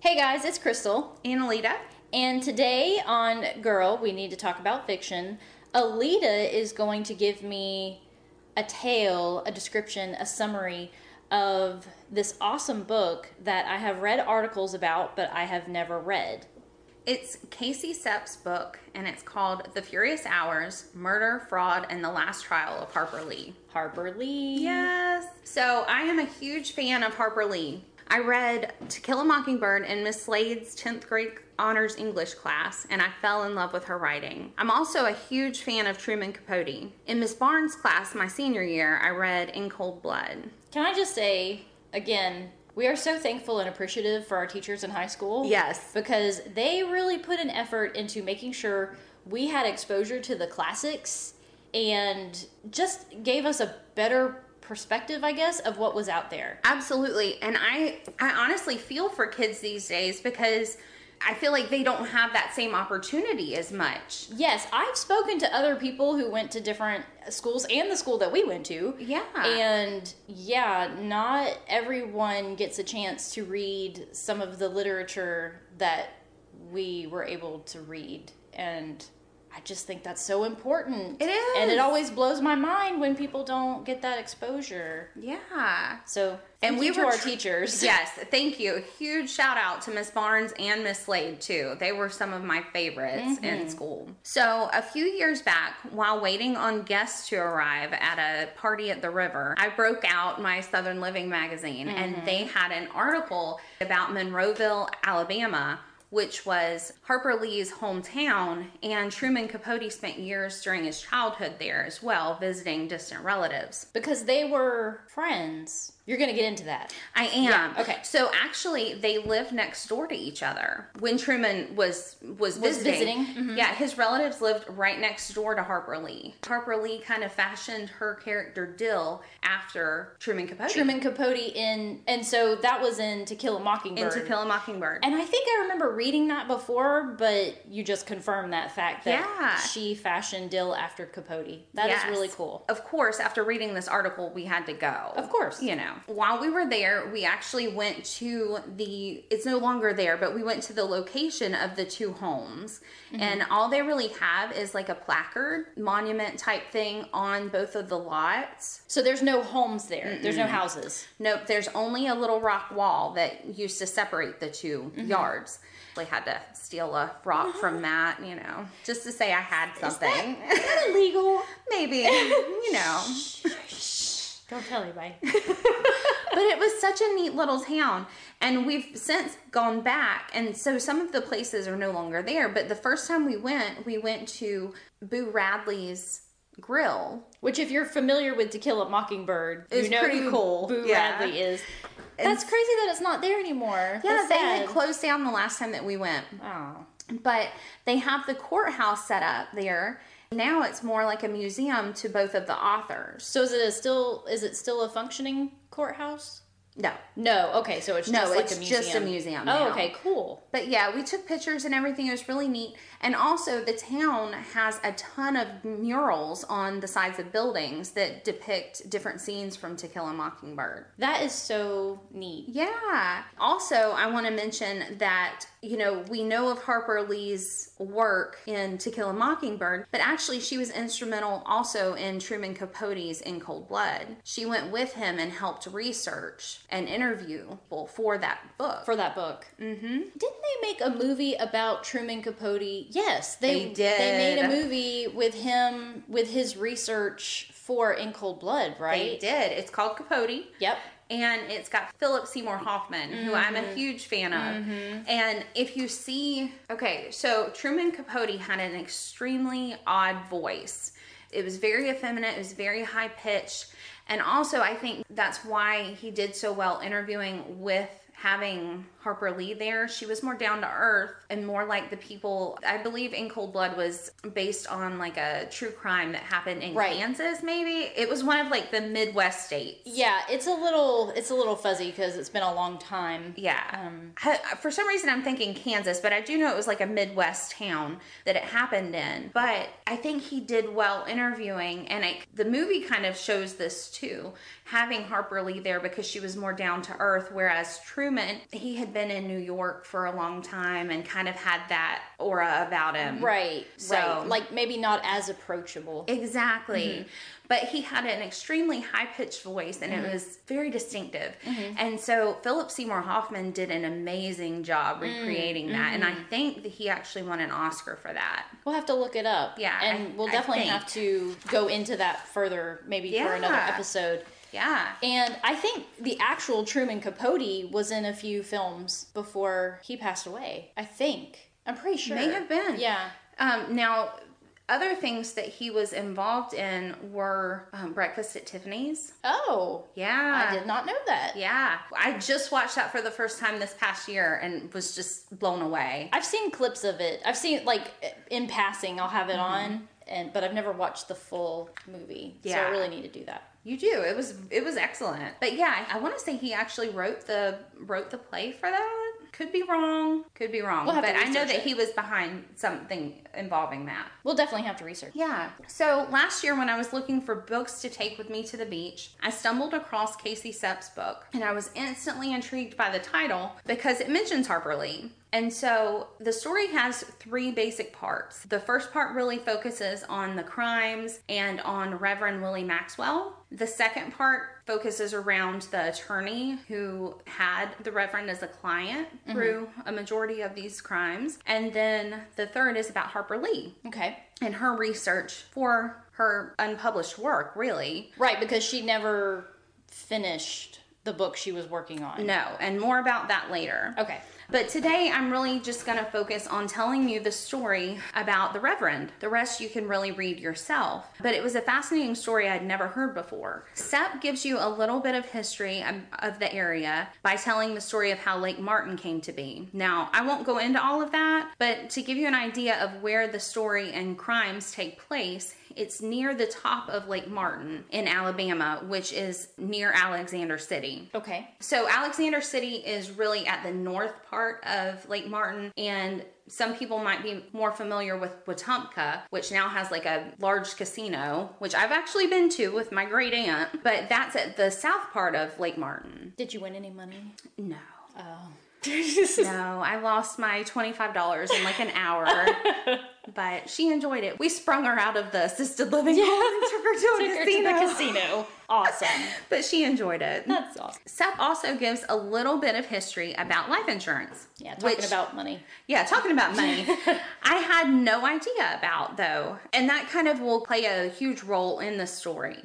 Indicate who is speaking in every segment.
Speaker 1: Hey guys, it's Crystal.
Speaker 2: And Alita.
Speaker 1: And today on Girl, we need to talk about fiction. Alita is going to give me a tale, a description, a summary of this awesome book that I have read articles about, but I have never read.
Speaker 2: It's Casey Sepp's book, and it's called The Furious Hours Murder, Fraud, and the Last Trial of Harper Lee.
Speaker 1: Harper Lee.
Speaker 2: Yes. So I am a huge fan of Harper Lee. I read To Kill a Mockingbird in Miss Slade's 10th grade honors English class, and I fell in love with her writing. I'm also a huge fan of Truman Capote. In Miss Barnes' class my senior year, I read In Cold Blood.
Speaker 1: Can I just say, again, we are so thankful and appreciative for our teachers in high school.
Speaker 2: Yes.
Speaker 1: Because they really put an effort into making sure we had exposure to the classics and just gave us a better perspective, I guess, of what was out there.
Speaker 2: Absolutely. And I I honestly feel for kids these days because I feel like they don't have that same opportunity as much.
Speaker 1: Yes, I've spoken to other people who went to different schools and the school that we went to.
Speaker 2: Yeah.
Speaker 1: And yeah, not everyone gets a chance to read some of the literature that we were able to read. And I just think that's so important.
Speaker 2: It is.
Speaker 1: And it always blows my mind when people don't get that exposure.
Speaker 2: Yeah.
Speaker 1: So,
Speaker 2: And
Speaker 1: and
Speaker 2: we
Speaker 1: we to
Speaker 2: were
Speaker 1: our
Speaker 2: tr-
Speaker 1: teachers.
Speaker 2: Yes, thank you. Huge shout out to Miss Barnes and Miss Slade too. They were some of my favorites in school. So, a few years back, while waiting on guests to arrive at a party at the river, I broke out my Southern Living magazine and they had an article about Monroeville, Alabama. Which was Harper Lee's hometown, and Truman Capote spent years during his childhood there as well, visiting distant relatives.
Speaker 1: Because they were friends. You're going to get into that.
Speaker 2: I am.
Speaker 1: okay.
Speaker 2: So actually, they lived next door to each other when Truman was was, visiting.
Speaker 1: visiting, Mm-hmm.
Speaker 2: Yeah, his relatives lived right next door to Harper Lee. Harper Lee kind of fashioned her character Dill after Truman Capote.
Speaker 1: Truman Capote in, and so that was in To Kill a Mockingbird.
Speaker 2: in To Kill a Mockingbird.
Speaker 1: And I think I remember reading that before, but you just confirmed that fact that
Speaker 2: Yeah.
Speaker 1: she fashioned Dill after Capote. That is
Speaker 2: Yes.
Speaker 1: really cool.
Speaker 2: Of course, after reading this article, we had to go.
Speaker 1: Of course.
Speaker 2: You know, while we were there, we actually went to the, it's no longer there, but we went to the location of the two homes.
Speaker 1: Mm-hmm.
Speaker 2: And all they really have is like a placard, monument type thing on both of the lots.
Speaker 1: So there's no homes there. There's no houses.
Speaker 2: Nope, there's only a little rock wall that used to separate the 2
Speaker 1: Mm-hmm.
Speaker 2: yards. They had to steal a rock from that, you know, just to say I had something.
Speaker 1: Illegal.
Speaker 2: Maybe, you know.
Speaker 1: Don't tell anybody.
Speaker 2: but it was such a neat little town and we've since gone back and so some of the places are no longer there but the first time we went we went to boo radley's grill
Speaker 1: Which, if you're familiar with To Kill a Mockingbird,
Speaker 2: It's
Speaker 1: you know
Speaker 2: pretty
Speaker 1: who
Speaker 2: cool.
Speaker 1: Boo
Speaker 2: Yeah.
Speaker 1: Radley is. That's crazy that it's not there anymore.
Speaker 2: yeah
Speaker 1: That's
Speaker 2: they had
Speaker 1: sad.
Speaker 2: closed down the last time that we went
Speaker 1: Oh.
Speaker 2: but they have the courthouse set up there now it's more like a museum to both of the authors
Speaker 1: So is it a still? Is it still a functioning courthouse?
Speaker 2: no
Speaker 1: No. Okay. So it's
Speaker 2: No,
Speaker 1: just like
Speaker 2: it's
Speaker 1: a museum.
Speaker 2: just a museum
Speaker 1: Oh.
Speaker 2: now.
Speaker 1: Okay. Cool.
Speaker 2: But yeah, we took pictures and everything. It was really neat. And also, the town has a ton of murals on the sides of buildings that depict different scenes from To Kill a Mockingbird.
Speaker 1: That is so neat.
Speaker 2: Yeah. Also, I want to mention that, you know, we know of Harper Lee's work in To Kill a Mockingbird, but actually, she was instrumental also in Truman Capote's In Cold Blood. She went with him and helped research and interview people for that book.
Speaker 1: for that book. Mm-hmm. Didn't they make a movie about Truman Capote? Yes, they,
Speaker 2: They did.
Speaker 1: They made a movie with him with his research for In Cold Blood,
Speaker 2: they
Speaker 1: right?
Speaker 2: did. It's called Capote.
Speaker 1: Yep.
Speaker 2: and it's got Philip Seymour Hoffman, who I'm a huge fan of. And if you see, okay, so Truman Capote had an extremely odd voice. It was very effeminate, it was very high pitched. And also, I think that's why he did so well interviewing with having Harper Lee there. She was more down to earth and more like the people. I believe In Cold Blood was based on like a true crime that happened in
Speaker 1: Right.
Speaker 2: Kansas, maybe. It was one of like the Midwest states.
Speaker 1: Yeah, it's a little it's a little fuzzy because it's been a long time.
Speaker 2: Yeah. I- Um, for some reason, I'm thinking Kansas, but I do know it was like a Midwest town that it happened in. But I think he did well interviewing, and it, the movie kind of shows this too, having Harper Lee there because she was more down to earth, whereas Truman Truman, he had been in New York for a long time and kind of had that aura about him.
Speaker 1: Right.
Speaker 2: So-
Speaker 1: right. Like maybe not as approachable.
Speaker 2: Exactly.
Speaker 1: Mm-hmm.
Speaker 2: But he had an extremely high pitched voice and
Speaker 1: Mm-hmm.
Speaker 2: it was very distinctive. And so Philip Seymour Hoffman did an amazing
Speaker 1: Mm,
Speaker 2: job recreating that. And I
Speaker 1: mm-hmm.
Speaker 2: think that he actually won an Oscar for that.
Speaker 1: We'll have to look it up.
Speaker 2: Yeah,
Speaker 1: And
Speaker 2: I-
Speaker 1: we'll
Speaker 2: I
Speaker 1: definitely
Speaker 2: think.
Speaker 1: have to go into that further maybe for another
Speaker 2: Yeah.
Speaker 1: episode.
Speaker 2: Yeah.
Speaker 1: And I think the actual Truman Capote was in a few films before he passed away. I think. I'm pretty sure.
Speaker 2: May have been.
Speaker 1: Yeah.
Speaker 2: Um, now, other things that he was involved in were um, Breakfast at Tiffany's.
Speaker 1: Oh.
Speaker 2: Yeah.
Speaker 1: I did not know that.
Speaker 2: Yeah. I just watched that for the first time this past year and was just blown away.
Speaker 1: I've seen clips of it. I've seen like in passing. I'll have it
Speaker 2: Mm-hmm.
Speaker 1: on, and but I've never watched the full movie. So
Speaker 2: Yeah.
Speaker 1: I really need to do that.
Speaker 2: You do. It was it was excellent. But yeah, I want to say he actually wrote the wrote the play for that. Could be wrong. Could be wrong.
Speaker 1: We'll have
Speaker 2: but
Speaker 1: to
Speaker 2: I know
Speaker 1: research
Speaker 2: that
Speaker 1: it.
Speaker 2: he was behind something involving that.
Speaker 1: We'll definitely have to research.
Speaker 2: Yeah. So last year, when I was looking for books to take with me to the beach, I stumbled across Casey Sepp's book and I was instantly intrigued by the title because it mentions Harper Lee. And so the story has three basic parts. The first part really focuses on the crimes and on Reverend Willie Maxwell. The second part focuses around the attorney who had the Reverend as a client through a majority of these crimes. And then the third is about Harper Lee
Speaker 1: Okay.
Speaker 2: and her research for her unpublished work, really.
Speaker 1: Right, because she never finished the book she was working on.
Speaker 2: No, and more about that later.
Speaker 1: Okay.
Speaker 2: But today I'm really just going to focus on telling you the story about the Reverend. The rest you can really read yourself. But it was a fascinating story I'd never heard before. Sep gives you a little bit of history of- of the area by telling the story of how Lake Martin came to be. Now, I won't go into all of that, but to give you an idea of where the story and crimes take place, it's near the top of Lake Martin in Alabama, which is near Alexander City.
Speaker 1: Okay.
Speaker 2: So Alexander City is really at the north part of Lake Martin and some people might be more familiar with Wetumpka, which now has like a large casino, which I've actually been to with my great aunt, but that's at the south part of Lake Martin.
Speaker 1: Did you win any money?
Speaker 2: No.
Speaker 1: Oh.
Speaker 2: No, I lost my $25 in like an hour, but she enjoyed it. We sprung her out of the assisted living home and took her to a
Speaker 1: Took her to
Speaker 2: casino.
Speaker 1: the casino. Awesome.
Speaker 2: But she enjoyed it.
Speaker 1: That's awesome.
Speaker 2: Seth also gives a little bit of history about life insurance.
Speaker 1: Yeah, talking
Speaker 2: which-
Speaker 1: about money.
Speaker 2: yeah, talking about money. I had no idea about though, and that kind of will play a huge role in the story.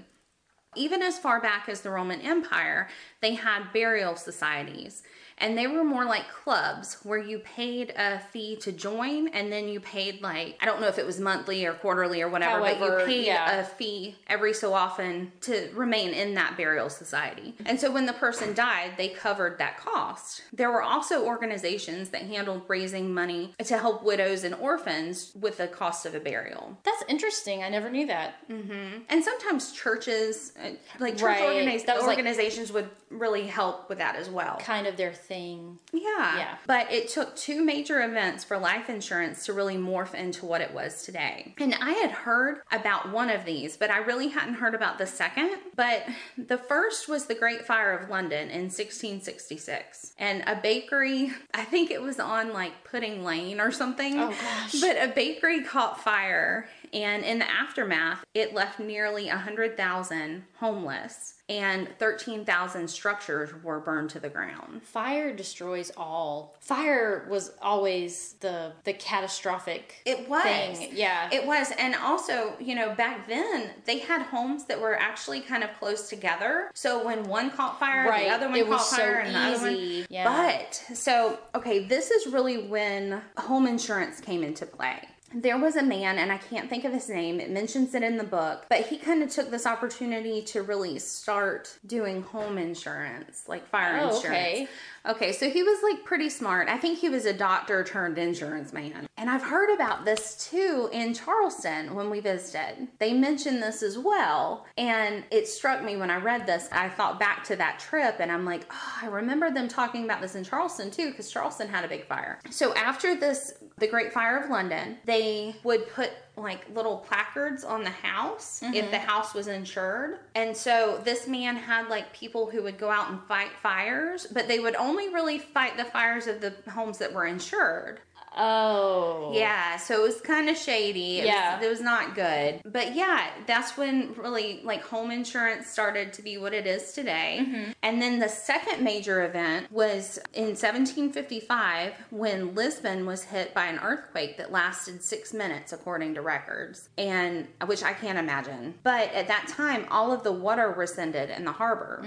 Speaker 2: Even as far back as the Roman Empire, they had burial societies, and they were more like clubs where you paid a fee to join, and then you paid like I don't know if it was monthly or quarterly or whatever, but
Speaker 1: However,
Speaker 2: you paid
Speaker 1: yeah.
Speaker 2: a fee every so often to remain in that burial society. And so when the person died, they covered that cost. There were also organizations that handled raising money to help widows and orphans with the cost of a burial.
Speaker 1: That's interesting. I never knew that.
Speaker 2: Mm. And sometimes churches, uh, like church
Speaker 1: Right.
Speaker 2: organiz-
Speaker 1: That was like-
Speaker 2: organizations, would really help with that as well.
Speaker 1: Kind of their thing.
Speaker 2: Yeah.
Speaker 1: Yeah.
Speaker 2: But it took two major events for life insurance to really morph into what it was today. And I had heard about one of these, but I really hadn't heard about the second. But the first was the Great Fire of London in 1666. And a bakery, I think it was on like Pudding Lane or something.
Speaker 1: Oh, gosh.
Speaker 2: But a bakery caught fire. And in the aftermath, it left nearly 100,000 homeless and 13,000 structures were burned to the ground.
Speaker 1: Fire destroys all. Fire was always the the catastrophic
Speaker 2: It was.
Speaker 1: thing. Yeah.
Speaker 2: It was. And also, you know, back then they had homes that were actually kind of close together. So when one caught fire,
Speaker 1: Right.
Speaker 2: the other one
Speaker 1: It
Speaker 2: caught
Speaker 1: was so
Speaker 2: fire, and the other
Speaker 1: easy.
Speaker 2: one.
Speaker 1: Yeah.
Speaker 2: But so, okay, this is really when home insurance came into play. There was a man, and I can't think of his name. It mentions it in the book, but he kind of took this opportunity to really start doing home insurance, like fire
Speaker 1: Oh,
Speaker 2: insurance.
Speaker 1: okay.
Speaker 2: Okay, so he was like pretty smart. I think he was a doctor turned insurance man. And I've heard about this too in Charleston when we visited. They mentioned this as well. And it struck me when I read this. I thought back to that trip and I'm like, oh, I remember them talking about this in Charleston too, because Charleston had a big fire. So after this, the Great Fire of London, they would put like little placards on the house if the house was insured. And so this man had like people who would go out and fight fires, but they would only really fight the fires of the homes that were insured.
Speaker 1: Oh.
Speaker 2: Yeah, so it was kind of shady. It
Speaker 1: Yeah.
Speaker 2: was, it was not good. But yeah, that's when really like home insurance started to be what it is today. And then the second major event was in 1755 when Lisbon was hit by an earthquake that lasted six minutes, according to records, and which I can't imagine. But at that time, all of the water rescinded in the harbor,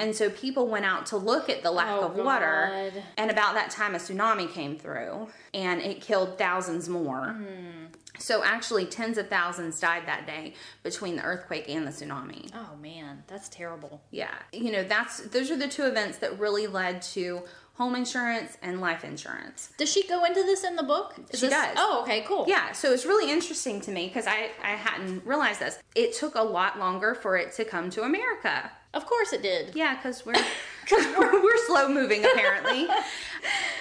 Speaker 2: and so people went out to look at the lack
Speaker 1: Oh,
Speaker 2: of water.
Speaker 1: God.
Speaker 2: And about that time, a tsunami came through and it killed thousands more.
Speaker 1: Hmm.
Speaker 2: So, actually, tens of thousands died that day between the earthquake and the tsunami.
Speaker 1: Oh man, that's terrible.
Speaker 2: Yeah. You know, that's those are the two events that really led to home insurance and life insurance.
Speaker 1: Does she go into this in the book? Is
Speaker 2: She
Speaker 1: this-
Speaker 2: does.
Speaker 1: Oh, okay, cool.
Speaker 2: Yeah, so it's really interesting to me because I, I hadn't realized this. It took a lot longer for it to come to America.
Speaker 1: Of course it did.
Speaker 2: Yeah, because we're, cause we're, we're slow moving apparently.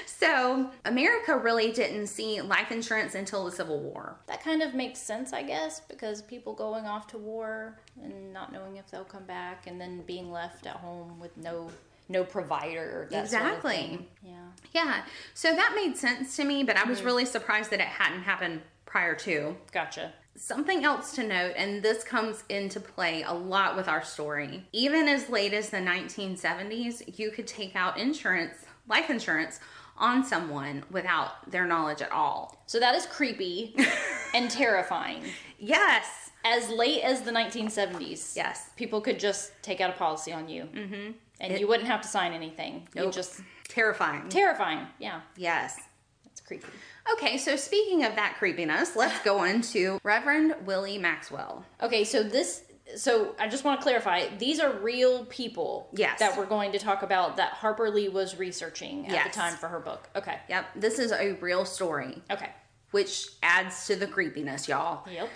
Speaker 2: so, America really didn't see life insurance until the Civil War.
Speaker 1: That kind of makes sense, I guess, because people going off to war and not knowing if they'll come back, and then being left at home with no no provider. That sort of
Speaker 2: Exactly.
Speaker 1: thing. Yeah.
Speaker 2: Yeah, so that made sense to me, but I was really surprised that it hadn't happened prior to.
Speaker 1: Gotcha.
Speaker 2: Something else to note, and this comes into play a lot with our story. Even as late as the 1970s, you could take out insurance, life insurance, on someone without their knowledge at all.
Speaker 1: So that is creepy and terrifying.
Speaker 2: Yes,
Speaker 1: As late as the 1970s,
Speaker 2: yes.
Speaker 1: people could just take out a policy on you, mm-hmm. and you wouldn't have to sign anything. You
Speaker 2: Nope.
Speaker 1: just
Speaker 2: Terrifying.
Speaker 1: terrifying. Yeah,
Speaker 2: yes.
Speaker 1: that's creepy.
Speaker 2: Okay, so speaking of that creepiness, let's go on to Reverend Willie Maxwell.
Speaker 1: Okay, so this. So I just want to clarify: these are real people
Speaker 2: Yes.
Speaker 1: that we're going to talk about that Harper Lee was researching at
Speaker 2: Yes.
Speaker 1: the time for her book. Okay,
Speaker 2: Yep, this is a real story,
Speaker 1: okay,
Speaker 2: which adds to the creepiness, y'all.
Speaker 1: yep.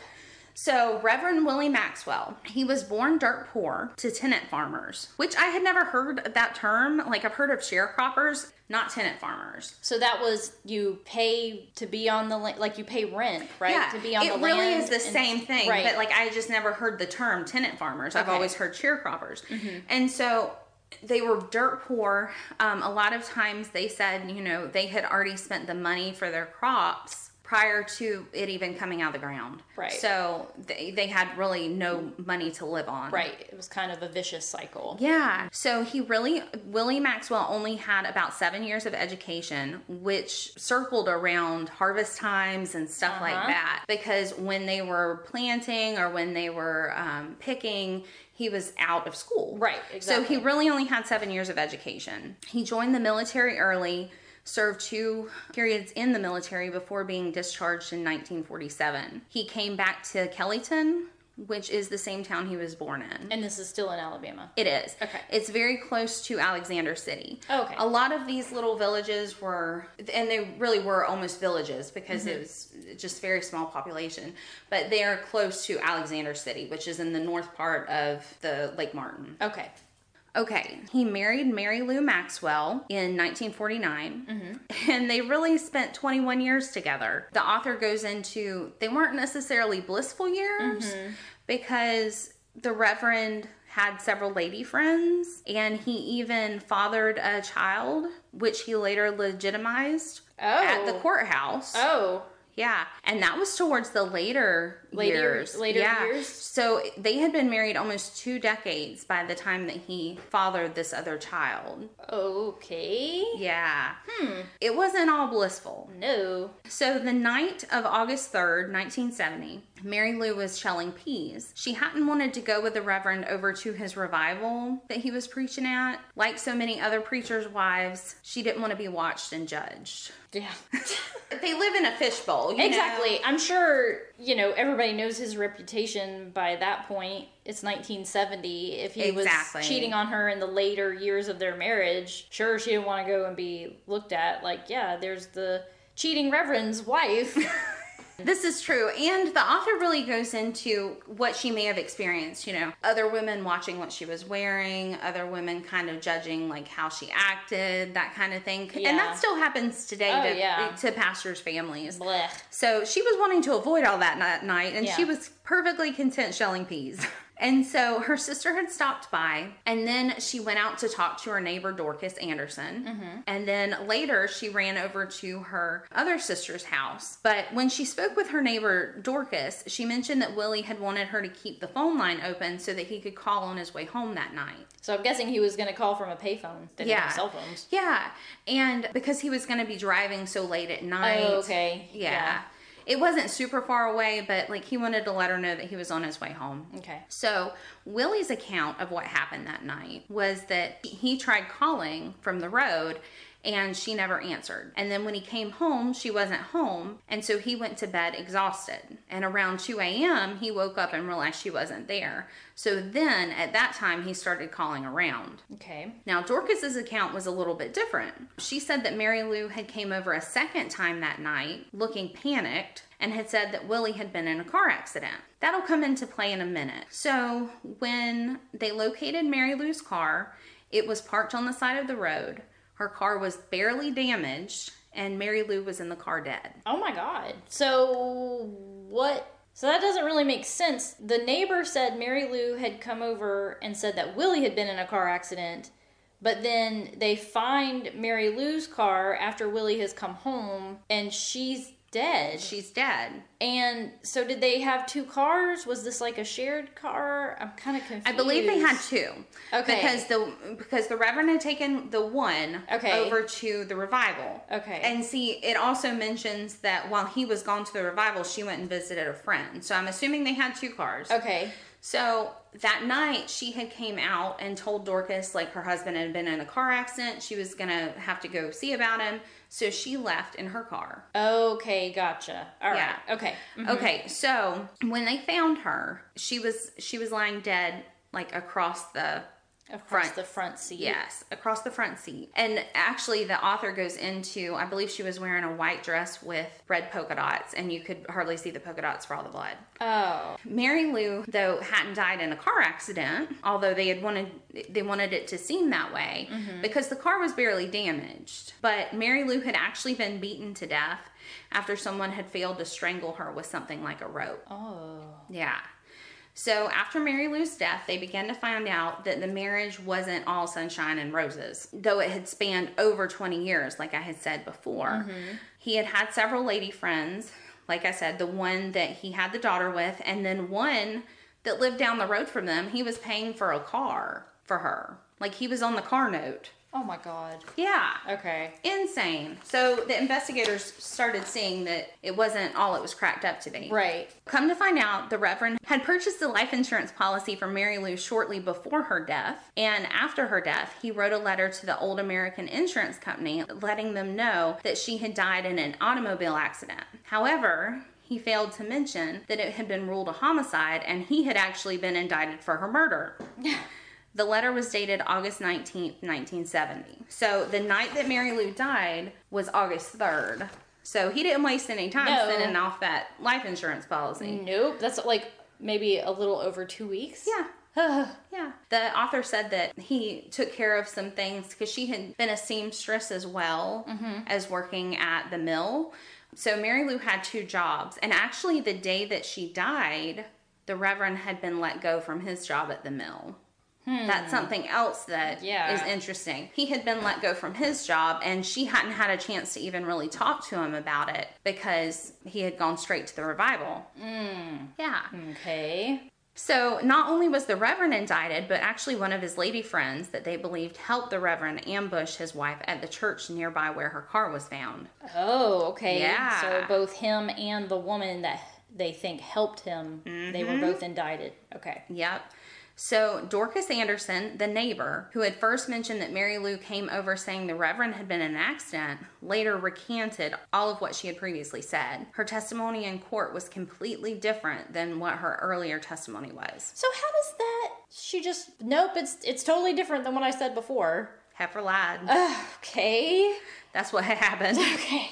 Speaker 2: So, Reverend Willie Maxwell, he was born dirt poor to tenant farmers, which I had never heard of that term. Like, I've heard of sharecroppers, not tenant farmers.
Speaker 1: So that was you pay to be on the land, like you pay rent, right? to be on
Speaker 2: it
Speaker 1: the
Speaker 2: really
Speaker 1: land
Speaker 2: is the
Speaker 1: and-
Speaker 2: same thing,
Speaker 1: right?
Speaker 2: but like I just never heard the term tenant farmers. I've
Speaker 1: Okay. Mm-hmm.
Speaker 2: always heard sharecroppers, and so they were dirt poor. Um, a lot of times they said, you know, they had already spent the money for their crops prior to it even coming out of the ground.
Speaker 1: Right.
Speaker 2: So they they had really no money to live on.
Speaker 1: right. It was kind of a vicious cycle.
Speaker 2: Yeah. So he really, Willie Maxwell only had about seven years of education, which circled around harvest times and stuff like
Speaker 1: Uh-huh.
Speaker 2: that. Because when they were planting or when they were um, picking, he was out of school.
Speaker 1: Right,
Speaker 2: So
Speaker 1: exactly.
Speaker 2: he really only had seven years of education. He joined the military early. Served two periods in the military before being discharged in 1947. He came back to Kellyton, which is the same town he was born in.
Speaker 1: And this is still in Alabama.
Speaker 2: It is.
Speaker 1: Okay. Oh,
Speaker 2: It's very close to Alexander City.
Speaker 1: Okay.
Speaker 2: A lot of these little villages were, and they really were almost villages
Speaker 1: Mm-hmm.
Speaker 2: because it was just very small population, but they are close to Alexander City, which is in the north part of the Lake Martin.
Speaker 1: Okay.
Speaker 2: Okay. He married Mary Lou Maxwell in 1949, and they really spent 21 years together. The author goes into they weren't necessarily blissful years because the Reverend had several lady friends, and he even fathered a child, which he later legitimized at the
Speaker 1: Oh.
Speaker 2: courthouse.
Speaker 1: Oh,
Speaker 2: Yeah, and that was towards the later
Speaker 1: Later-
Speaker 2: years.
Speaker 1: later
Speaker 2: yeah.
Speaker 1: years?
Speaker 2: So they had been married almost two decades by the time that he fathered this other child.
Speaker 1: okay.
Speaker 2: Yeah. Hmm. It wasn't all blissful.
Speaker 1: No.
Speaker 2: So the night of August 3rd, 1970, Mary Lou was shelling peas. She hadn't wanted to go with the Reverend over to his revival that he was preaching at. Like so many other preachers' wives, she didn't want to be watched and judged.
Speaker 1: Yeah.
Speaker 2: They live in a fishbowl, you know?
Speaker 1: exactly. I'm sure, you know, everybody knows his reputation by that point. It's 1970. If he
Speaker 2: Exactly.
Speaker 1: was cheating on her in the later years of their marriage, sure, she didn't want to go and be looked at. Like, yeah, there's the cheating reverend's wife.
Speaker 2: This is true. And the author really goes into what she may have experienced, you know, other women watching what she was wearing, other women kind of judging like how she acted, that kind of thing.
Speaker 1: Yeah.
Speaker 2: And that still happens today
Speaker 1: Oh,
Speaker 2: to,
Speaker 1: yeah.
Speaker 2: to pastors' families.
Speaker 1: Blech.
Speaker 2: So she was wanting to avoid all that ni- night, and she
Speaker 1: Yeah.
Speaker 2: was perfectly content shelling peas. And so her sister had stopped by, and then she went out to talk to her neighbor Dorcas Anderson. And then later she ran over to her other sister's house. But when she spoke with her neighbor Dorcas, she mentioned that Willie had wanted her to keep the phone line open so that he could call on his way home that night.
Speaker 1: So I'm guessing he was going to call from a payphone. They didn't
Speaker 2: Yeah.
Speaker 1: have cell phones.
Speaker 2: Yeah. And because he was going to be driving so late at night.
Speaker 1: Oh, okay.
Speaker 2: Yeah. It wasn't super far away, but like he wanted to let her know that he was on his way home.
Speaker 1: Yeah. Okay.
Speaker 2: So, Willie's account of what happened that night was that he tried calling from the road and she never answered. And then when he came home, she wasn't home. And so he went to bed exhausted. And around 2 a.m., he woke up and realized she wasn't there. So then at that time, he started calling around.
Speaker 1: Okay.
Speaker 2: Now, Dorcas's account was a little bit different. She said that Mary Lou had came over a second time that night, looking panicked, and had said that Willie had been in a car accident. That'll come into play in a minute. So, when they located Mary Lou's car, it was parked on the side of the road. Her car was barely damaged, and Mary Lou was in the car dead.
Speaker 1: Oh my god. So what? So that doesn't really make sense. The neighbor said Mary Lou had come over and said that Willie had been in a car accident, but then they find Mary Lou's car after Willie has come home and she's dead.
Speaker 2: She's dead.
Speaker 1: And so did they have two cars? Was this like a shared car? I'm kind of confused.
Speaker 2: I believe they had two.
Speaker 1: Okay.
Speaker 2: Because the because the Reverend had taken the one
Speaker 1: Okay.
Speaker 2: over to the revival.
Speaker 1: Okay.
Speaker 2: And see, it also mentions that while he was gone to the revival, she went and visited a friend. So I'm assuming they had two cars.
Speaker 1: Okay.
Speaker 2: So that night she had came out and told Dorcas like her husband had been in a car accident. She was gonna have to go see about him. So she left in her car.
Speaker 1: Okay, gotcha. All right.
Speaker 2: Yeah.
Speaker 1: Okay. Mm,
Speaker 2: Okay, so when they found her, she was she was lying dead like across the
Speaker 1: Across
Speaker 2: Front.
Speaker 1: the front seat.
Speaker 2: Yes, across the front seat. And actually, the author goes into, I believe she was wearing a white dress with red polka dots, and you could hardly see the polka dots for all the blood.
Speaker 1: Oh.
Speaker 2: Mary Lou, though, hadn't died in a car accident, although they had wanted they wanted it to seem that way because the car was barely damaged. But Mary Lou had actually been beaten to death after someone had failed to strangle her with something like a rope.
Speaker 1: Oh.
Speaker 2: Yeah. So after Mary Lou's death, they began to find out that the marriage wasn't all sunshine and roses, though it had spanned over 20 years, like I had said before. He had had several lady friends, like I said, the one that he had the daughter with, and then one that lived down the road from them. He was paying for a car for her. Like he was on the car note.
Speaker 1: Oh my god.
Speaker 2: Yeah.
Speaker 1: Okay.
Speaker 2: Insane. So the investigators started seeing that it wasn't all it was cracked up to be.
Speaker 1: Right.
Speaker 2: Come to find out, the Reverend had purchased a life insurance policy for Mary Lou shortly before her death. And after her death, he wrote a letter to the Old American Insurance Company letting them know that she had died in an automobile accident. However, he failed to mention that it had been ruled a homicide and he had actually been indicted for her murder. The letter was dated August 19th, 1970. So the night that Mary Lou died was August 3rd. So he didn't waste any time
Speaker 1: No.
Speaker 2: sending off that life insurance policy.
Speaker 1: Nope. That's like maybe a little over two weeks.
Speaker 2: Yeah. Yeah. The author said that he took care of some things because she had been a seamstress as well as working at the mill. So Mary Lou had two jobs. And actually, the day that she died, the Reverend had been let go from his job at the mill. That's something else that
Speaker 1: Yeah.
Speaker 2: is interesting. He had been let go from his job, and she hadn't had a chance to even really talk to him about it because he had gone straight to the revival. Hmm. Yeah.
Speaker 1: Okay.
Speaker 2: So, not only was the Reverend indicted, but actually one of his lady friends that they believed helped the Reverend ambush his wife at the church nearby where her car was found.
Speaker 1: Oh, okay.
Speaker 2: Yeah.
Speaker 1: So both him and the woman that they think helped him, they
Speaker 2: Mm-hmm.
Speaker 1: were both indicted. Okay.
Speaker 2: Yep. So, Dorcas Anderson, the neighbor, who had first mentioned that Mary Lou came over saying the Reverend had been in an accident, later recanted all of what she had previously said. Her testimony in court was completely different than what her earlier testimony was.
Speaker 1: So how does that? She just nope. It's it's totally different than what I said before.
Speaker 2: Heifer lied.
Speaker 1: Okay.
Speaker 2: That's what had happened.
Speaker 1: Okay.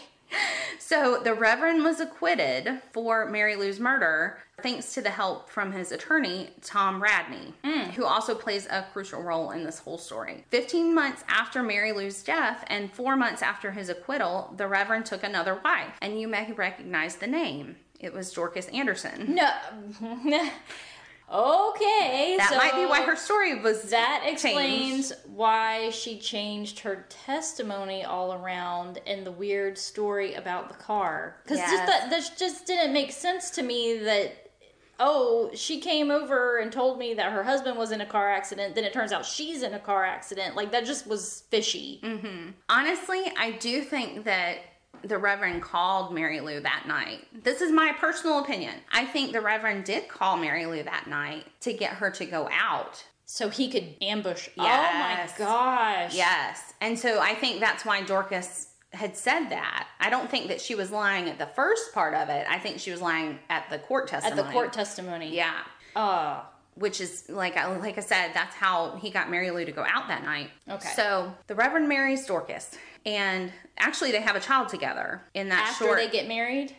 Speaker 2: So the Reverend was acquitted for Mary Lou's murder thanks to the help from his attorney, Tom Radney,
Speaker 1: Mm.
Speaker 2: who also plays a crucial role in this whole story. 15 months after Mary Lou's death and four months after his acquittal, the Reverend took another wife, and you may recognize the name. It was Dorcas Anderson.
Speaker 1: No. okay.
Speaker 2: That
Speaker 1: so
Speaker 2: might be why her story was
Speaker 1: That
Speaker 2: changed.
Speaker 1: explains why she changed her testimony all around and the weird story about the car. Because just
Speaker 2: Yes.
Speaker 1: that this just didn't make sense to me that oh she came over and told me that her husband was in a car accident. Then it turns out she's in a car accident. Like that just was fishy.
Speaker 2: Mm. Honestly, I do think that the Reverend called Mary Lou that night. This is my personal opinion. I think the Reverend did call Mary Lou that night to get her to go out.
Speaker 1: So he could ambush.
Speaker 2: Yes.
Speaker 1: Oh my gosh.
Speaker 2: Yes. And so I think that's why Dorcas had said that. I don't think that she was lying at the first part of it. I think she was lying at the court
Speaker 1: At
Speaker 2: testimony.
Speaker 1: the court testimony.
Speaker 2: Yeah.
Speaker 1: Oh.
Speaker 2: which is like I like I said, that's how he got Mary Lou to go out that night.
Speaker 1: Okay.
Speaker 2: So the Reverend marries Dorcas, and actually they have a child together in that
Speaker 1: After
Speaker 2: short. Uh,
Speaker 1: they get married.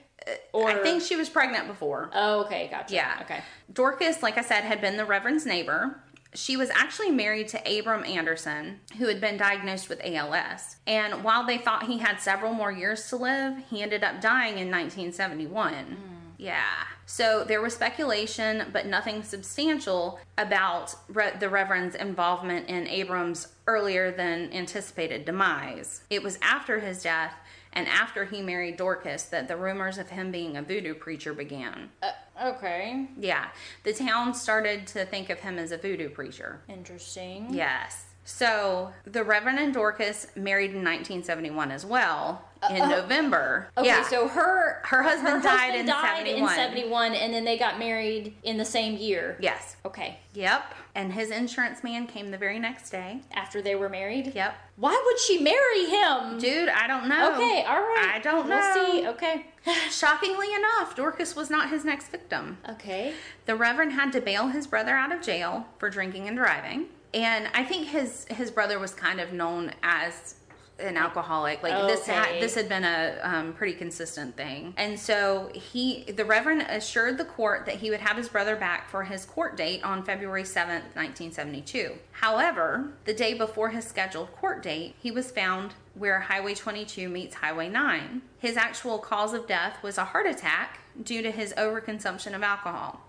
Speaker 1: Or
Speaker 2: I think she was pregnant before.
Speaker 1: Oh, okay, gotcha.
Speaker 2: Yeah.
Speaker 1: Okay.
Speaker 2: Dorcas, like I said, had been the Reverend's neighbor. She was actually married to Abram Anderson, who had been diagnosed with ALS. And while they thought he had several more years to live, he ended up dying in 1971. Yeah. So there was speculation, but nothing substantial about re- the Reverend's involvement in Abram's earlier than anticipated demise. It was after his death and after he married Dorcas that the rumors of him being a voodoo preacher began.
Speaker 1: Uh, okay.
Speaker 2: Yeah. The town started to think of him as a voodoo preacher.
Speaker 1: Interesting.
Speaker 2: Yes. So the Reverend and Dorcas married in 1971 as well in November.
Speaker 1: Uh, Okay,
Speaker 2: yeah.
Speaker 1: so her
Speaker 2: Her husband died in 71.
Speaker 1: 71, and then they got married in the same year.
Speaker 2: yes.
Speaker 1: Okay.
Speaker 2: Yep. And his insurance man came the very next day.
Speaker 1: After they were married.
Speaker 2: Yep.
Speaker 1: Why would she marry him?
Speaker 2: Dude, I don't know.
Speaker 1: Okay. All right.
Speaker 2: I don't
Speaker 1: We'll see.
Speaker 2: know.
Speaker 1: Okay.
Speaker 2: Shockingly enough, Dorcas was not his next victim.
Speaker 1: okay.
Speaker 2: The Reverend had to bail his brother out of jail for drinking and driving. And I think his his brother was kind of known as an alcoholic. Like this
Speaker 1: Okay.
Speaker 2: had, this had been a um, pretty consistent thing. And so he the Reverend assured the court that he would have his brother back for his court date on February 7th, 1972. However, the day before his scheduled court date, he was found where Highway 22 meets Highway 9. His actual cause of death was a heart attack due to his overconsumption of alcohol.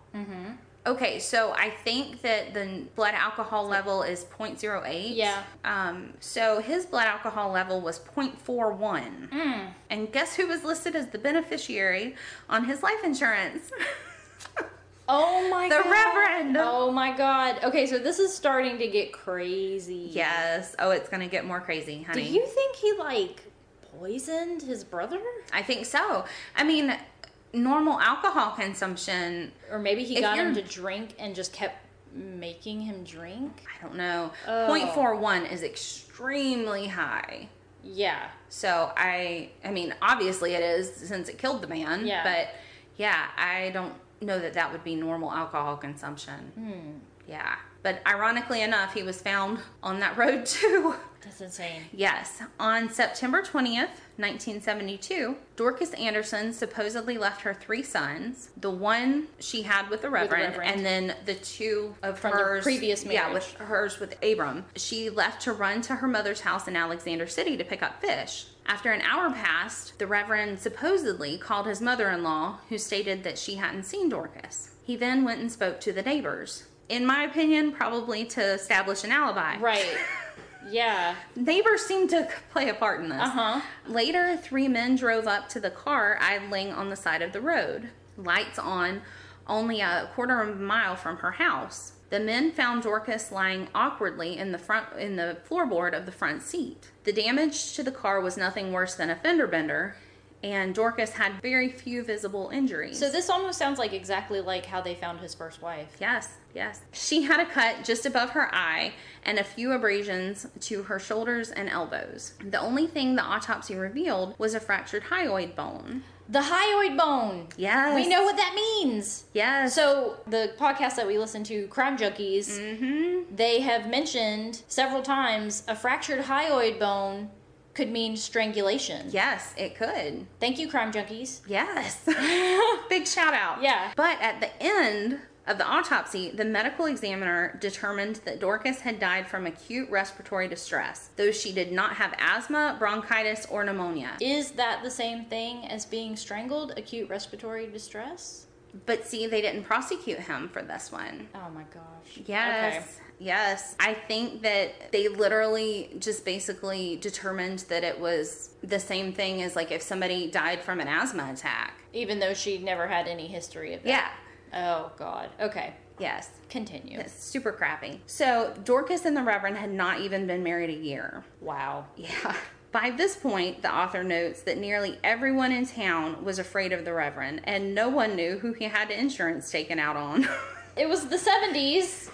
Speaker 2: Okay, so I think that the blood alcohol level is 0.08.
Speaker 1: Yeah.
Speaker 2: Um, so his blood alcohol level was 0.41.
Speaker 1: Mm.
Speaker 2: And guess who was listed as the beneficiary on his life insurance?
Speaker 1: Oh my
Speaker 2: The
Speaker 1: god.
Speaker 2: Reverend.
Speaker 1: Oh my god. Okay, so this is starting to get crazy.
Speaker 2: yes. Oh, it's going to get more crazy,
Speaker 1: Do
Speaker 2: honey.
Speaker 1: you think he like poisoned his brother?
Speaker 2: I think so. I mean, normal alcohol consumption,
Speaker 1: Or maybe he
Speaker 2: If
Speaker 1: got him to
Speaker 2: you're-
Speaker 1: drink and just kept making him drink?
Speaker 2: I don't know.
Speaker 1: Oh.
Speaker 2: 0.41 is extremely high.
Speaker 1: Yeah.
Speaker 2: So I, I mean, obviously it is since it killed the man.
Speaker 1: Yeah.
Speaker 2: But yeah, I don't know that that would be normal alcohol consumption. Yeah. But ironically enough, he was found on that road too.
Speaker 1: That's insane.
Speaker 2: yes. On September 20th, 1972, Dorcas Anderson supposedly left her three sons the one she had with the Reverend,
Speaker 1: Reverend.
Speaker 2: and then the two of
Speaker 1: From the
Speaker 2: hers.
Speaker 1: previous
Speaker 2: Yeah, with hers with Abram. She left to run to her mother's house in Alexander City to pick up fish. After an hour passed, the Reverend supposedly called his mother in law, who stated that she hadn't seen Dorcas. He then went and spoke to the neighbors. In my opinion, probably to establish an alibi.
Speaker 1: Right. Yeah.
Speaker 2: Neighbors seem to play a part in this.
Speaker 1: Uh-huh.
Speaker 2: Later, three men drove up to the car idling on the side of the road, lights on, only a quarter of a mile from her house. The men found Dorcas lying awkwardly in the front in the floorboard of the front seat. The damage to the car was nothing worse than a fender bender, and Dorcas had very few visible injuries.
Speaker 1: So this almost sounds like exactly like how they found his first wife.
Speaker 2: Yes, yes. She had a cut just above her eye and a few abrasions to her shoulders and elbows. The only thing the autopsy revealed was a fractured hyoid bone.
Speaker 1: The hyoid bone.
Speaker 2: Yes.
Speaker 1: We know what that means.
Speaker 2: Yes.
Speaker 1: So the podcast that we listen to, Crime Junkies,
Speaker 2: Mm-hmm.
Speaker 1: they have mentioned several times a fractured hyoid bone could mean strangulation.
Speaker 2: Yes, it could.
Speaker 1: Thank you, crime junkies.
Speaker 2: Yes. Big shout out.
Speaker 1: Yeah.
Speaker 2: But at the end of the autopsy, the medical examiner determined that Dorcas had died from acute respiratory distress, though she did not have asthma, bronchitis, or pneumonia.
Speaker 1: Is that the same thing as being strangled? Acute respiratory distress?
Speaker 2: But see, they didn't prosecute him for this one.
Speaker 1: Oh my gosh.
Speaker 2: Yes.
Speaker 1: Okay.
Speaker 2: Yes. I think that they literally just basically determined that it was the same thing as like if somebody died from an asthma attack.
Speaker 1: Even though she never had any history of that.
Speaker 2: Yeah.
Speaker 1: Oh God. Okay.
Speaker 2: Yes.
Speaker 1: Continue.
Speaker 2: It's super crappy. So Dorcas and the Reverend had not even been married a year.
Speaker 1: Wow.
Speaker 2: Yeah. By this point, the author notes that nearly everyone in town was afraid of the Reverend, and no one knew who he had the insurance taken out on.
Speaker 1: It was the 70s,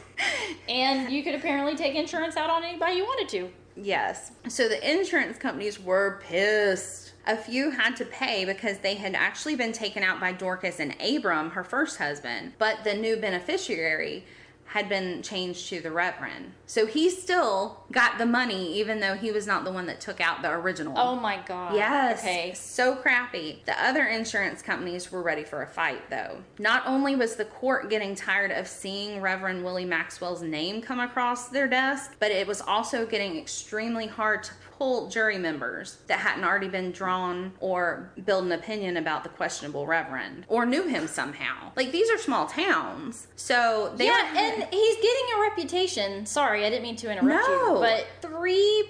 Speaker 1: and you could apparently take insurance out on anybody you wanted to.
Speaker 2: Yes. So the insurance companies were pissed. A few had to pay because they had actually been taken out by Dorcas and Abram, her first husband, but the new beneficiary had been changed to the Reverend. So he still got the money, even though he was not the one that took out the original.
Speaker 1: Oh my God.
Speaker 2: Yes.
Speaker 1: Okay.
Speaker 2: So crappy. The other insurance companies were ready for a fight, though. Not only was the court getting tired of seeing Reverend Willie Maxwell's name come across their desk, but it was also getting extremely hard to pull jury members that hadn't already been drawn or build an opinion about the questionable Reverend or knew him somehow. Like, these are small towns. So they
Speaker 1: Yeah,
Speaker 2: were-
Speaker 1: and he's getting a reputation. Sorry, I didn't mean to interrupt
Speaker 2: No.
Speaker 1: you. But three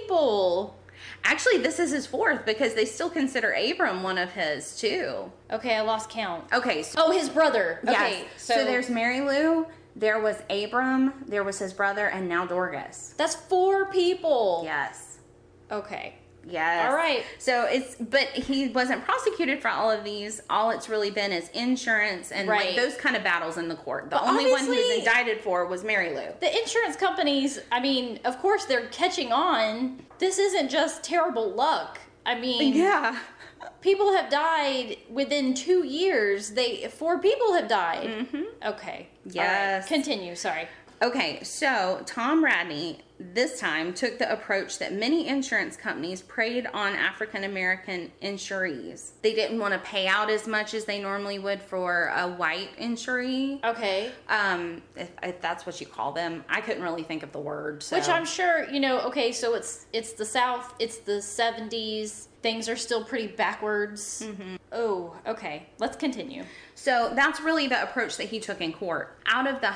Speaker 1: people.
Speaker 2: actually, this is his fourth because they still consider Abram one of his, too.
Speaker 1: Okay, I lost count.
Speaker 2: Okay, so
Speaker 1: Oh, his brother. Okay,
Speaker 2: Yes. So, there's Mary Lou, there was Abram, there was his brother, and now Dorcas.
Speaker 1: that's four people.
Speaker 2: Yes.
Speaker 1: Okay.
Speaker 2: Yes.
Speaker 1: All right.
Speaker 2: So it's but he wasn't prosecuted for all of these. All it's really been is insurance and like
Speaker 1: Right.
Speaker 2: those kind of battles in the court. The
Speaker 1: But
Speaker 2: only one who was
Speaker 1: obviously-
Speaker 2: indicted for was Mary Lou.
Speaker 1: The insurance companies, I mean, of course they're catching on. This isn't just terrible luck. I mean,
Speaker 2: Yeah.
Speaker 1: people have died within two years. They four people have died. Mm-hmm. Okay. All
Speaker 2: Yes.
Speaker 1: Continue. Sorry.
Speaker 2: Okay, so Tom Radney this time took the approach that many insurance companies preyed on African American insurees. They didn't want to pay out as much as they normally would for a white insuree.
Speaker 1: Okay.
Speaker 2: um if, if that's what you call them i couldn't really think of the word so.
Speaker 1: Which I'm sure you know. Okay, so it's it's the South. It's the '70s. Things are still pretty backwards.
Speaker 2: Mm-hmm.
Speaker 1: Oh, okay. Let's continue.
Speaker 2: so that's really the approach that he took in court out of the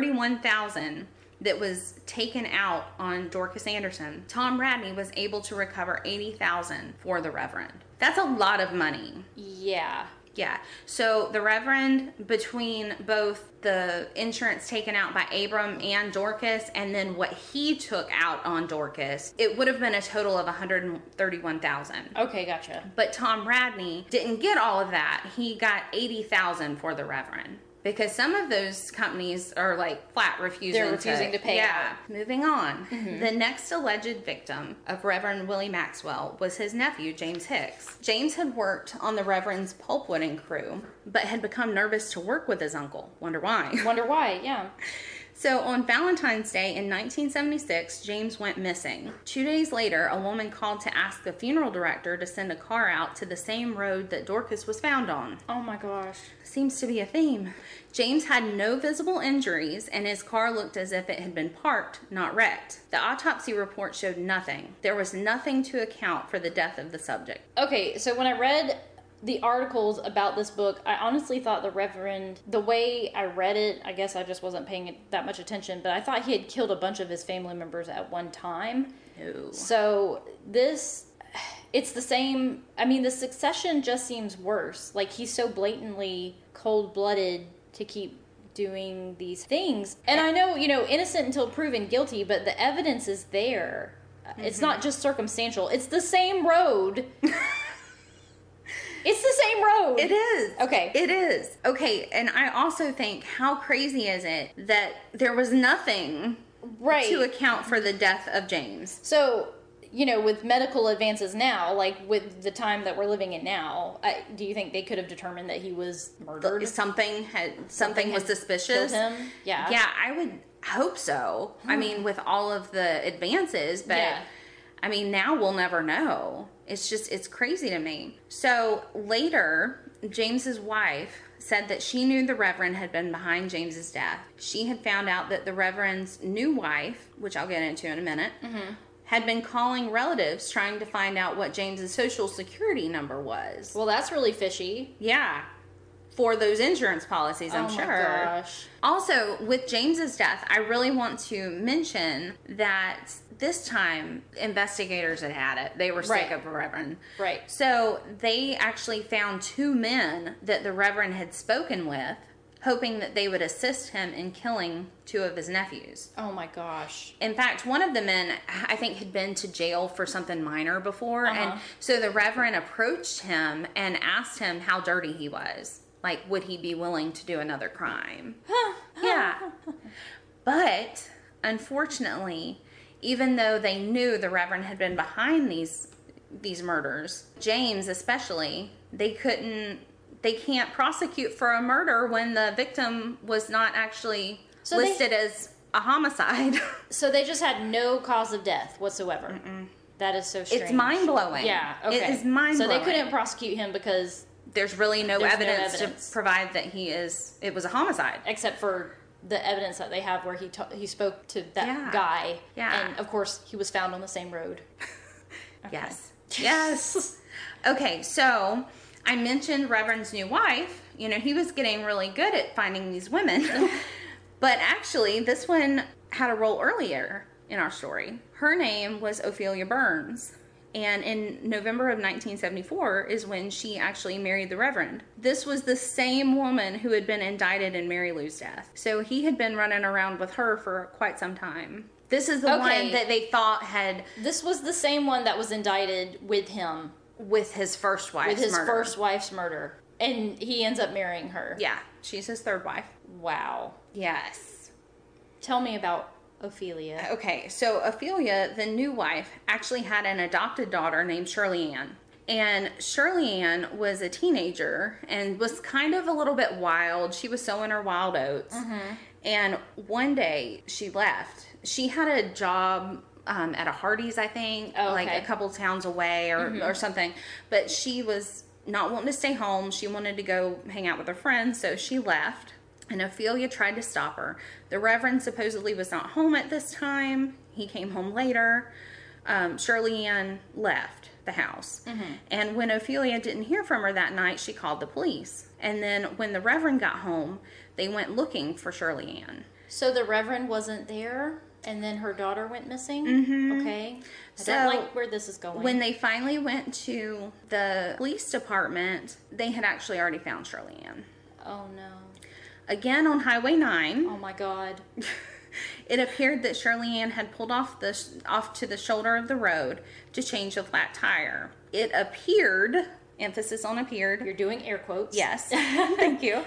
Speaker 2: 131000 that was taken out on dorcas anderson tom radney was able to recover 80000 for the reverend that's a lot of money
Speaker 1: Yeah.
Speaker 2: Yeah. So the Reverend, between both the insurance taken out by Abram and Dorcas, and then what he took out on Dorcas, it would have been a total of one hundred and thirty-one thousand.
Speaker 1: Okay. Gotcha.
Speaker 2: But Tom Radney didn't get all of that. He got eighty thousand for the Reverend because some of those companies are like flat refusing.
Speaker 1: They're refusing to pay Mm-hmm.
Speaker 2: Yeah. Moving on. The next alleged victim of Reverend Willie Maxwell was his nephew James Hicks. James had worked on the Reverend's pulpwood and crew, but had become nervous to work with his uncle. Wonder why.
Speaker 1: Wonder why? Yeah.
Speaker 2: So on Valentine's Day in 1976, James went missing. Two days later, a woman called to ask the funeral director to send a car out to the same road that Dorcas was found on.
Speaker 1: Oh my gosh.
Speaker 2: Seems to be a theme. James had no visible injuries, and his car looked as if it had been parked, not wrecked. The autopsy report showed nothing. There was nothing to account for the death of the subject.
Speaker 1: Okay, so when I read the articles about this book, I honestly thought the Reverend, the way I read it, I guess I just wasn't paying it that much attention, but I thought he had killed a bunch of his family members at one time.
Speaker 2: No.
Speaker 1: So this, it's the same. I mean, the succession just seems worse. Like he's so blatantly cold blooded to keep doing these things. And I know, you know, innocent until proven guilty, but the evidence is there. It's not
Speaker 2: Mm-hmm.
Speaker 1: just circumstantial. It's the same road. it's the same road.
Speaker 2: It is.
Speaker 1: Okay.
Speaker 2: It is. Okay. And I also think how crazy is it that there was nothing
Speaker 1: right.
Speaker 2: to account for the death of James?
Speaker 1: So, you know, with medical advances now, like with the time that we're living in now, I, do you think they could have determined that he was murdered?
Speaker 2: Something had something, was
Speaker 1: had
Speaker 2: suspicious.
Speaker 1: killed him? Yeah. Hmm.
Speaker 2: Yeah, I would hope so. I mean, with all of the advances, but
Speaker 1: Yeah.
Speaker 2: I mean, now we'll never know. It's just, it's crazy to me. So later, James's wife said that she knew the Reverend had been behind James's death. She had found out that the Reverend's new wife, which I'll get into in a minute,
Speaker 1: Mm-hmm.
Speaker 2: had been calling relatives trying to find out what James's social security number was.
Speaker 1: Well, that's really fishy.
Speaker 2: Yeah, for those insurance policies, I'm
Speaker 1: oh
Speaker 2: sure.
Speaker 1: my gosh.
Speaker 2: Also, with James's death, I really want to mention that this time investigators had had it. They were sick
Speaker 1: Right.
Speaker 2: of the Reverend.
Speaker 1: Right.
Speaker 2: So they actually found two men that the Reverend had spoken with, hoping that they would assist him in killing two of his nephews.
Speaker 1: Oh my gosh.
Speaker 2: In fact, one of the men, I think, had been to jail for something minor before.
Speaker 1: Uh-huh.
Speaker 2: And so the Reverend approached him and asked him how dirty he was. Like, would he be willing to do another crime? yeah. But unfortunately, even though they knew the Reverend had been behind these these murders, James especially, they couldn't they can't prosecute for a murder when the victim was not actually
Speaker 1: So they-
Speaker 2: listed as a homicide.
Speaker 1: So they just had no cause of death whatsoever. That is so strange.
Speaker 2: It's mind blowing.
Speaker 1: Yeah. Okay.
Speaker 2: It is mind
Speaker 1: So
Speaker 2: blowing.
Speaker 1: they couldn't prosecute him because,
Speaker 2: There's really no
Speaker 1: There's no
Speaker 2: evidence,
Speaker 1: evidence.
Speaker 2: to provide that he is. It was a homicide.
Speaker 1: except for the evidence that they have where he ta- he spoke to that
Speaker 2: Yeah.
Speaker 1: guy.
Speaker 2: Yeah.
Speaker 1: And of course, he was found on the same road.
Speaker 2: Yes. Yes. okay. So I mentioned Reverend's new wife. You know, he was getting really good at finding these women, but actually, this one had a role earlier in our story. Her name was Ophelia Burns. And in November of 1974 is when she actually married the Reverend. This was the same woman who had been indicted in Mary Lou's death. So he had been running around with her for quite some time. This is the
Speaker 1: Okay.
Speaker 2: one that they thought had
Speaker 1: This was the same one that was indicted with him
Speaker 2: with his first wife.
Speaker 1: with his first wife's murder, and he ends up marrying her.
Speaker 2: Yeah, she's his third wife.
Speaker 1: Wow.
Speaker 2: Yes.
Speaker 1: Tell me about Ophelia.
Speaker 2: Okay, so Ophelia, the new wife, actually had an adopted daughter named Shirley Ann. And Shirley Ann was a teenager and was kind of a little bit wild. She was sowing her wild oats. And one day she left. She had a job um, at a Hardee's, I think,
Speaker 1: Oh,
Speaker 2: like
Speaker 1: okay. Mm-hmm.
Speaker 2: a couple towns away or, or something. But she was not wanting to stay home. She wanted to go hang out with her friends, so she left. And Ophelia tried to stop her. The Reverend supposedly was not home at this time. He came home later. Um, Shirley Ann left the house.
Speaker 1: Mm-hmm.
Speaker 2: And when Ophelia didn't hear from her that night, she called the police. And then when the Reverend got home, they went looking for Shirley Ann.
Speaker 1: So the Reverend wasn't there, and then her daughter went missing. Okay. I
Speaker 2: Mm-hmm. So,
Speaker 1: don't like where this is going.
Speaker 2: When they finally went to the police department, they had actually already found Shirley Ann.
Speaker 1: oh no.
Speaker 2: Again on Highway 9,
Speaker 1: Oh my God.
Speaker 2: it appeared that Shirley Ann had pulled off the off to the shoulder of the road to change a flat tire. It appeared, emphasis on appeared,
Speaker 1: You're doing air quotes.
Speaker 2: yes, thank you,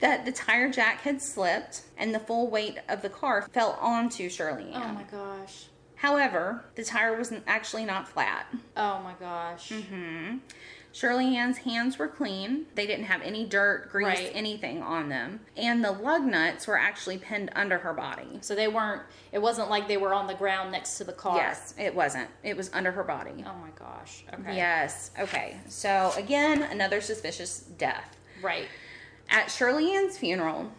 Speaker 2: that the tire jack had slipped and the full weight of the car fell onto Shirley Ann.
Speaker 1: Oh my gosh.
Speaker 2: However, the tire was actually not flat.
Speaker 1: Oh my gosh.
Speaker 2: Mm-hmm. Shirley Ann's hands were clean. They didn't have any dirt, grease,
Speaker 1: Right.
Speaker 2: anything on them. And the lug nuts were actually pinned under her body.
Speaker 1: So they weren't. It wasn't like they were on the ground next to the car.
Speaker 2: Yes, it wasn't. It was under her body.
Speaker 1: Oh my gosh. Okay.
Speaker 2: Yes. Okay. So, again, another suspicious death.
Speaker 1: Right.
Speaker 2: At Shirley Ann's funeral,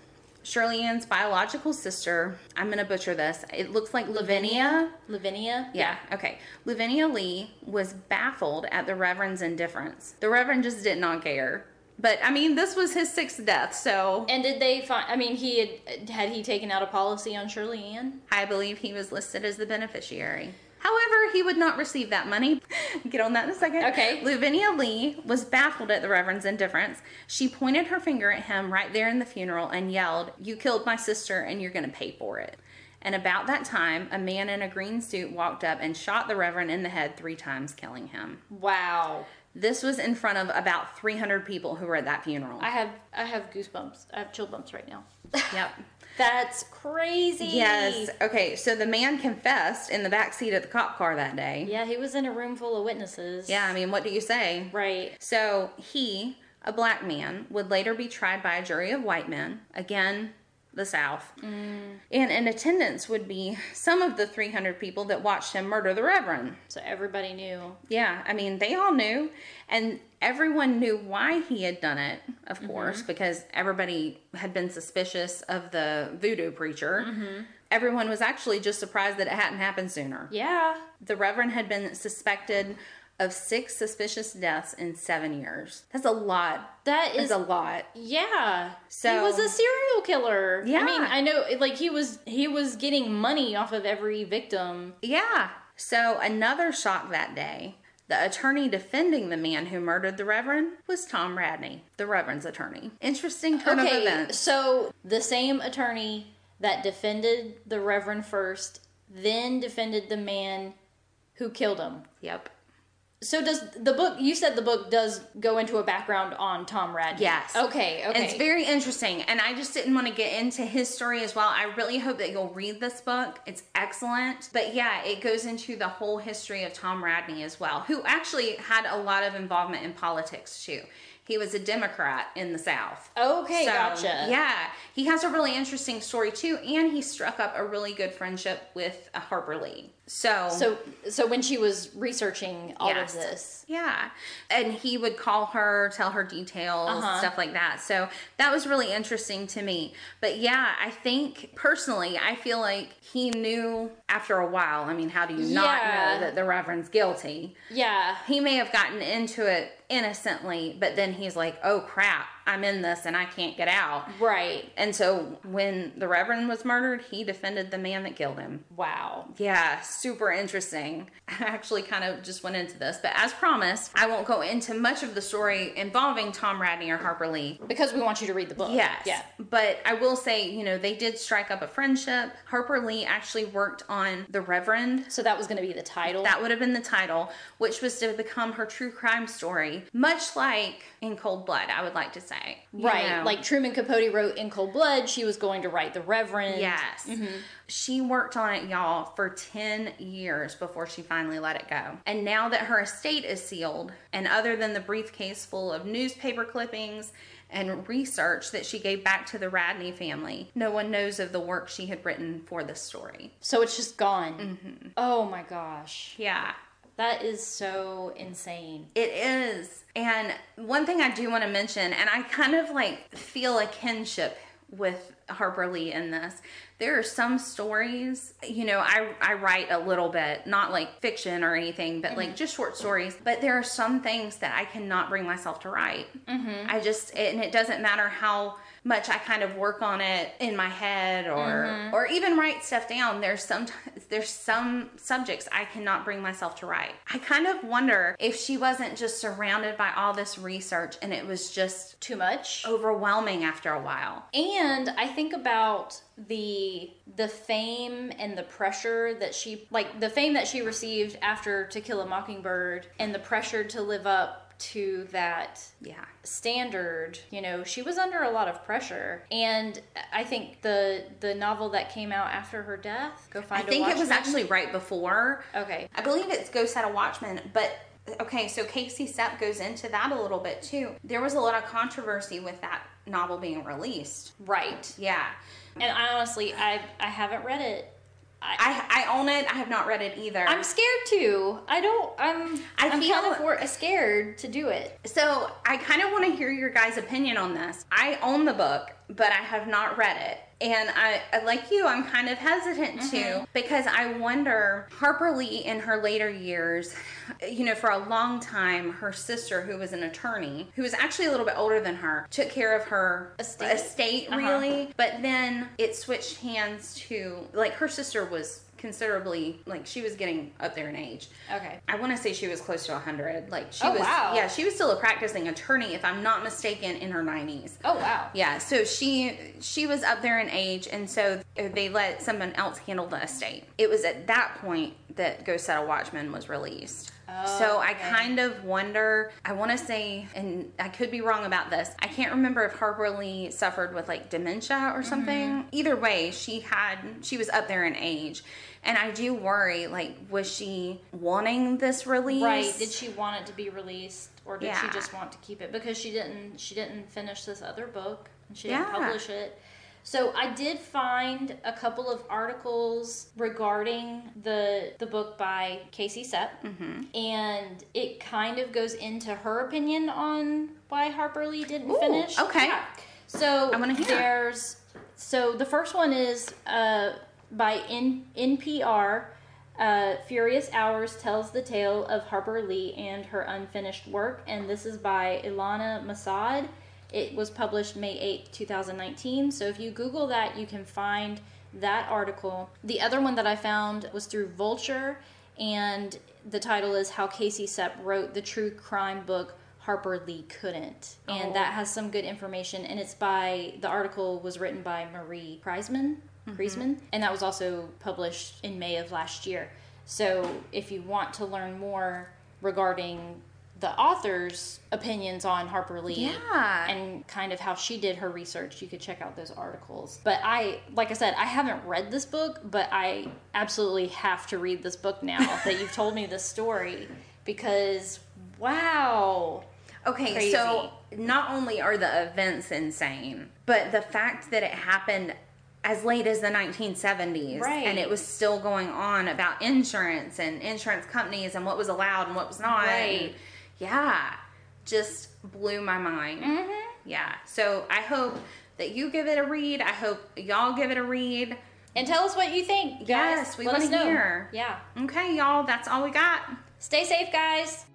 Speaker 2: Shirley Ann's biological sister, I'm going to butcher this. It looks like Lavinia.
Speaker 1: Lavinia.
Speaker 2: Yeah, okay. Lavinia Lee was baffled at the Reverend's indifference. The Reverend just did not care. But I mean, this was his sixth death, so
Speaker 1: And did they find? I mean, he had had he taken out a policy on Shirley Ann?
Speaker 2: I believe he was listed as the beneficiary. However, he would not receive that money. Get on that in a second.
Speaker 1: Okay.
Speaker 2: Lavinia Lee was baffled at the Reverend's indifference. She pointed her finger at him right there in the funeral and yelled, You killed my sister and you're going to pay for it. And about that time, a man in a green suit walked up and shot the Reverend in the head three times, killing him.
Speaker 1: Wow.
Speaker 2: This was in front of about 300 people who were at that funeral.
Speaker 1: I have I have goosebumps. I have chill bumps right now.
Speaker 2: yep.
Speaker 1: That's crazy.
Speaker 2: Yes. Okay. So the man confessed in the back seat of the cop car that day.
Speaker 1: Yeah, he was in a room full of witnesses.
Speaker 2: Yeah. I mean, what do you say?
Speaker 1: Right.
Speaker 2: So he, a black man, would later be tried by a jury of white men. Again, the South. And in attendance would be some of the 300 people that watched him murder the Reverend.
Speaker 1: So everybody knew.
Speaker 2: Yeah, I mean, they all knew, and everyone knew why he had done it, of course, because everybody had been suspicious of the voodoo preacher. Everyone was actually just surprised that it hadn't happened sooner.
Speaker 1: Yeah.
Speaker 2: The Reverend had been suspected of six suspicious deaths in seven years. That's a lot.
Speaker 1: That
Speaker 2: That's
Speaker 1: is
Speaker 2: a lot.
Speaker 1: Yeah. he
Speaker 2: So-
Speaker 1: was a serial killer.
Speaker 2: Yeah.
Speaker 1: I mean, I know like he was he was getting money off of every victim.
Speaker 2: Yeah. So, another shock that day. The attorney defending the man who murdered the Reverend was Tom Radney, the Reverend's attorney. Interesting turn of
Speaker 1: Okay.
Speaker 2: events.
Speaker 1: So the same attorney that defended the Reverend first, then defended the man who killed him.
Speaker 2: Yep.
Speaker 1: So does the book you said the book does go into a background on Tom Radney.
Speaker 2: Yes.
Speaker 1: Okay, okay.
Speaker 2: And it's very interesting. And I just didn't want to get into his story as well. I really hope that you'll read this book. It's excellent. But yeah, it goes into the whole history of Tom Radney as well, who actually had a lot of involvement in politics too. He was a Democrat in the South.
Speaker 1: Okay,
Speaker 2: So,
Speaker 1: gotcha.
Speaker 2: Yeah, he has a really interesting story too, and he struck up a really good friendship with uh, Harper Lee. So,
Speaker 1: So so when she was researching all
Speaker 2: Yes.
Speaker 1: of this.
Speaker 2: yeah. And he would call her, tell her details,
Speaker 1: Uh-huh.
Speaker 2: stuff like that. So that was really interesting to me. But yeah, I think personally, I feel like he knew after a while. I mean, how do you not
Speaker 1: Yeah.
Speaker 2: know that the Reverend's guilty?
Speaker 1: Yeah.
Speaker 2: He may have gotten into it innocently, but then he's like, oh crap, I'm in this and I can't get out.
Speaker 1: Right.
Speaker 2: And so when the Reverend was murdered, he defended the man that killed him.
Speaker 1: Wow.
Speaker 2: Yeah, super interesting. I actually kind of just went into this, but as promised, I won't go into much of the story involving Tom Radney or Harper Lee.
Speaker 1: Because we want you to read the book.
Speaker 2: Yes.
Speaker 1: Yeah.
Speaker 2: But I will say, you know, they did strike up a friendship. Harper Lee actually worked on The Reverend.
Speaker 1: So that was going to be the title.
Speaker 2: That would have been the title, which was to become her true crime story, much like in Cold Blood, I would like to say. You
Speaker 1: right.
Speaker 2: know.
Speaker 1: Like Truman Capote wrote in Cold Blood, she was going to write The Reverend.
Speaker 2: Yes. She worked on it, y'all, for 10 years before she finally let it go. And now that her estate is sealed, and other than the briefcase full of newspaper clippings and research that she gave back to the Radney family, no one knows of the work she had written for this story.
Speaker 1: So it's just gone.
Speaker 2: Mm-hmm.
Speaker 1: Oh my gosh.
Speaker 2: Yeah.
Speaker 1: That is so insane.
Speaker 2: It is. And one thing I do want to mention, and I kind of like feel a kinship with Harper Lee in this. There are some stories, you know, I, I write a little bit, not like fiction or anything, but like just short stories. But there are some things that I cannot bring myself to write. I just, and it doesn't matter how much I kind of work on it in my head or
Speaker 1: Mm-hmm.
Speaker 2: or even write stuff down. There's some there's some subjects I cannot bring myself to write. I kind of wonder if she wasn't just surrounded by all this research and it was just
Speaker 1: Too much.
Speaker 2: overwhelming after a while.
Speaker 1: And I think about the the fame and the pressure that she like the fame that she received after To Kill a Mockingbird and the pressure to live up to that
Speaker 2: Yeah.
Speaker 1: standard you know she was under a lot of pressure and i think the the novel that came out after her death go
Speaker 2: I
Speaker 1: find
Speaker 2: think
Speaker 1: a
Speaker 2: it was
Speaker 1: Watchman.
Speaker 2: actually right before
Speaker 1: okay
Speaker 2: I believe it's Ghost at a Watchman, but okay, so Casey Sepp goes into that a little bit too. There was a lot of controversy with that novel being released.
Speaker 1: right
Speaker 2: Yeah.
Speaker 1: and i honestly i i haven't read it
Speaker 2: I, I own it. I have not read it either.
Speaker 1: i'm scared too i don't i'm I
Speaker 2: I
Speaker 1: am
Speaker 2: feel-
Speaker 1: kind of wor- scared to do it
Speaker 2: so I kind of want to hear your guys' opinion on this. I own the book, but I have not read it. And I, I- like you, I'm kind of hesitant
Speaker 1: Mm-hmm.
Speaker 2: to because I wonder Harper Lee in her later years, you know, for a long time, her sister, who was an attorney, who was actually a little bit older than her, took care of her
Speaker 1: Estate? Uh-huh.
Speaker 2: estate really. But then it switched hands to, like, her sister was considerably, like, she was getting up there in age.
Speaker 1: okay
Speaker 2: I want to say she was close to 100. Like she
Speaker 1: Oh,
Speaker 2: was
Speaker 1: wow.
Speaker 2: yeah, she was still a practicing attorney if I'm not mistaken in her 90s.
Speaker 1: oh wow
Speaker 2: Yeah, so she she was up there in age and so they let someone else handle the estate. It was at that point that Ghost Saddle Watchman was released.
Speaker 1: Oh,
Speaker 2: so I
Speaker 1: okay.
Speaker 2: kind of wonder, I want to say and I could be wrong about this. I can't remember if Harper Lee suffered with like dementia or something.
Speaker 1: Mm-hmm.
Speaker 2: Either way, she had she was up there in age. And I do worry like was she wanting this release?
Speaker 1: right did she want it to be released or did she
Speaker 2: Yeah.
Speaker 1: just want to keep it because she didn't she didn't finish this other book and she didn't
Speaker 2: Yeah.
Speaker 1: publish it So I did find a couple of articles regarding the the book by Casey Sepp,
Speaker 2: Mm-hmm.
Speaker 1: and it kind of goes into her opinion on why Harper Lee didn't
Speaker 2: Ooh,
Speaker 1: finish.
Speaker 2: okay.
Speaker 1: Yeah. So
Speaker 2: I wanna hear.
Speaker 1: there's so the first one is uh, by N- NPR. Uh, Furious Hours tells the tale of Harper Lee and her unfinished work, and this is by Ilana Masad. It was published May 8, 2019. So if you Google that, you can find that article. The other one that I found was through Vulture, and the title is How Casey Sepp Wrote the True Crime Book Harper Lee Couldn't. And
Speaker 2: Oh.
Speaker 1: that has some good information, and it's by the article was written by Marie Kreisman,
Speaker 2: Mm-hmm.
Speaker 1: Kreisman, and that was also published in May of last year. So if you want to learn more regarding the author's opinions on Harper Lee
Speaker 2: Yeah.
Speaker 1: and kind of how she did her research, you could check out those articles. But I, like I said, I haven't read this book, but I absolutely have to read this book now that you've told me this story because wow.
Speaker 2: Okay,
Speaker 1: Crazy.
Speaker 2: so not only are the events insane, but the fact that it happened as late as the 1970s
Speaker 1: Right.
Speaker 2: and it was still going on about insurance and insurance companies and what was allowed and what was not. and
Speaker 1: Right.
Speaker 2: yeah, just blew my mind. Yeah, so I hope that you give it a read. I hope y'all give it a read.
Speaker 1: And tell us what you think. guys.
Speaker 2: Yes, we
Speaker 1: Let us
Speaker 2: wanna
Speaker 1: know.
Speaker 2: hear.
Speaker 1: Yeah.
Speaker 2: Okay, y'all, that's all we got.
Speaker 1: Stay safe, guys.